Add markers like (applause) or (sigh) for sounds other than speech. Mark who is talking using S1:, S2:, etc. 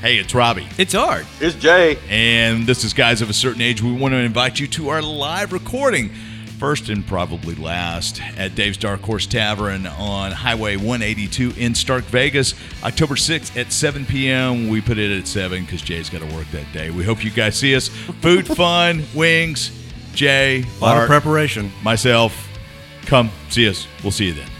S1: Hey, it's Robbie.
S2: It's hard.
S3: It's Jay.
S1: And this is Guys of a Certain Age. We want to invite you to our live recording, first and probably last, at Dave's Dark Horse Tavern on Highway 182 in Stark, Vegas, October 6th at 7 p.m. We put it at 7 because Jay's got to work that day. We hope you guys see us. Food,
S4: (laughs)
S1: fun, wings, Jay,
S4: A lot of
S1: Art,
S4: preparation.
S1: myself. Come see us. We'll see you then.